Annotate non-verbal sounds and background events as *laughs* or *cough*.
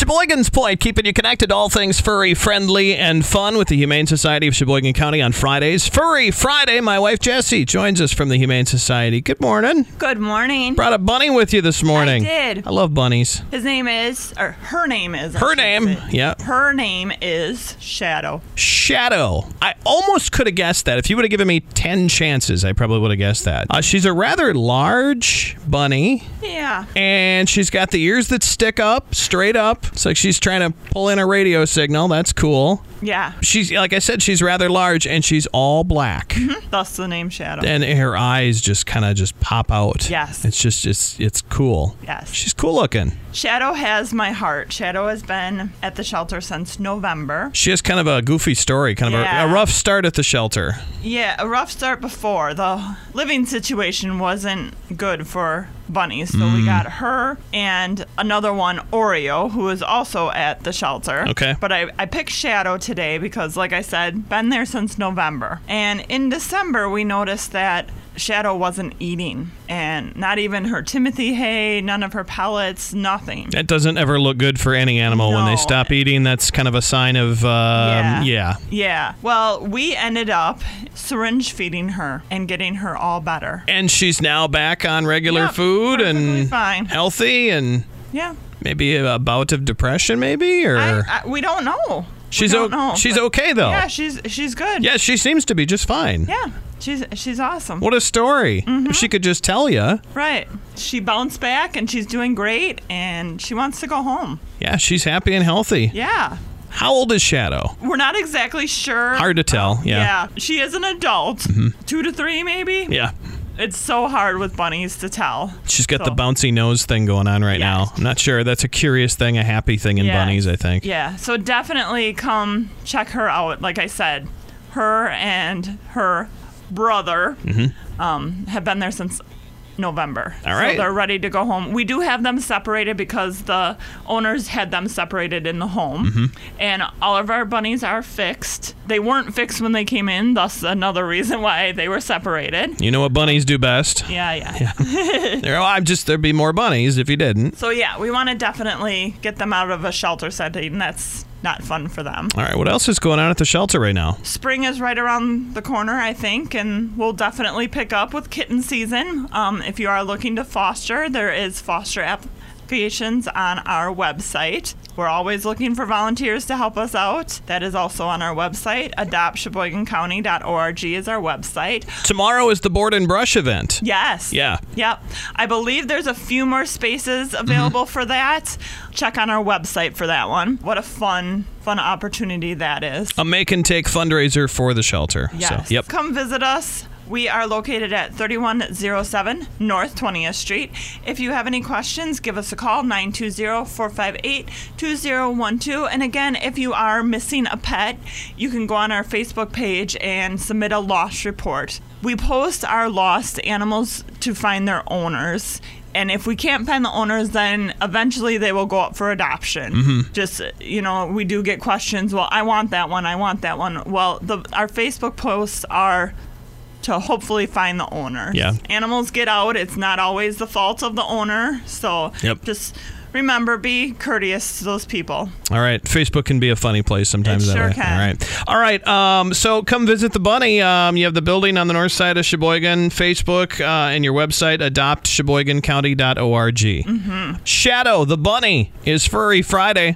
Sheboygan's Point, keeping you connected, all things furry, friendly, and fun with the Humane Society of Sheboygan County on Fridays. Furry Friday, my wife Jessie joins us from the Humane Society. Good morning. Good morning. Brought a bunny with you this morning. did. I love bunnies. His name is, or her name is. I Her should name, say. yeah. Her name is Shadow. Shadow. I almost could have guessed that. If you would have given me 10 chances, I probably would have guessed that. Uh, she's a rather large bunny. Yeah. and she's got the ears that stick up straight up. It's like she's trying to pull in a radio signal. That's cool. Yeah. She's like I said, she's rather large and she's all black, Thus the name Shadow. and her eyes just kind of just pop out. Yes. it's just it's it's cool. Yes. she's cool looking. Shadow has my heart. Shadow has been at the shelter since November. She has kind of a goofy story, kind of Yeah. a, a rough start at the shelter. Yeah, a rough start before. The living situation wasn't good for bunnies, so we got her and another one, Oreo, who is also at the shelter. Okay. But I, I picked Shadow today because, like I said, been there since November. And in December, we noticed that Shadow wasn't eating, and not even her Timothy hay, none of her pellets, nothing. That doesn't ever look good for any animal when they No. stop eating. That's kind of a sign of um, yeah. Yeah. Well, we ended up syringe feeding her and getting her all better. And she's now back on regular Yep, food perfectly and fine. healthy and Yeah. maybe a bout of depression maybe or I, I, we don't know. she's we don't o- know, she's but- okay though Yeah, she's she's good. Yeah, she seems to be just fine Yeah. Mm-hmm. She's she's awesome. what a story if she could just tell you Right. She bounced back and she's doing great and she wants to go home. yeah she's happy and healthy Yeah. how old is shadow We're not exactly sure. hard to tell yeah Mm-hmm. yeah. She is an adult. 2 to 3 maybe. yeah, It's so hard with bunnies to tell. she's got the So- bouncy nose thing going on right now Yes. i'm not sure that's a curious thing a happy thing in Yeah. bunnies i think Yeah, so definitely come check her out. Like I said, her and her brother um, have been there since November. Mm-hmm. All right. So they're ready to go home. We do have them separated because the owners had them separated in the home. Mm-hmm. And all of our bunnies are fixed. They weren't fixed when they came in, thus, another reason why they were separated. you know what bunnies do *laughs* best Yeah, yeah. There- oh, i'm just there'd be more bunnies if you didn't So, yeah, we want to definitely get them out of a shelter setting. That's not fun for them. all right what else is going on at the shelter right now spring is right around the corner, I think, and we'll definitely pick up with kitten season. Um, if you are looking to foster, there is foster applications on our website. We're always looking for volunteers to help us out. That is also on our website. AdoptSheboyganCounty.org is our website. tomorrow is the board and brush event Yes. yeah Yep. I believe there's a few more spaces available for that. Check on our website for that one. What a fun, fun opportunity that is. a make and take fundraiser for the shelter. Yes. So, yep. Come visit us. We are located at 3107 North 20th Street. If you have any questions, give us a call 920-458-2012. And again, if you are missing a pet, you can go on our Facebook page and submit a lost report. We post our lost animals to find their owners. And if we can't find the owners, then eventually they will go up for adoption. Mm-hmm. Just you know, we do get questions. Well, I want that one. I want that one. Well, the our Facebook posts are to hopefully find the owner. Yeah. Animals get out. It's not always the fault of the owner. So Yep. just remember, be courteous to those people. All right. Facebook can be a funny place sometimes. It that sure way. can. All right. All right. Um, so come visit the bunny. Um, you have the building on the north side of Sheboygan. Facebook uh, and your website adoptsheboygancounty.org. Mm-hmm. Shadow the bunny is Furry Friday.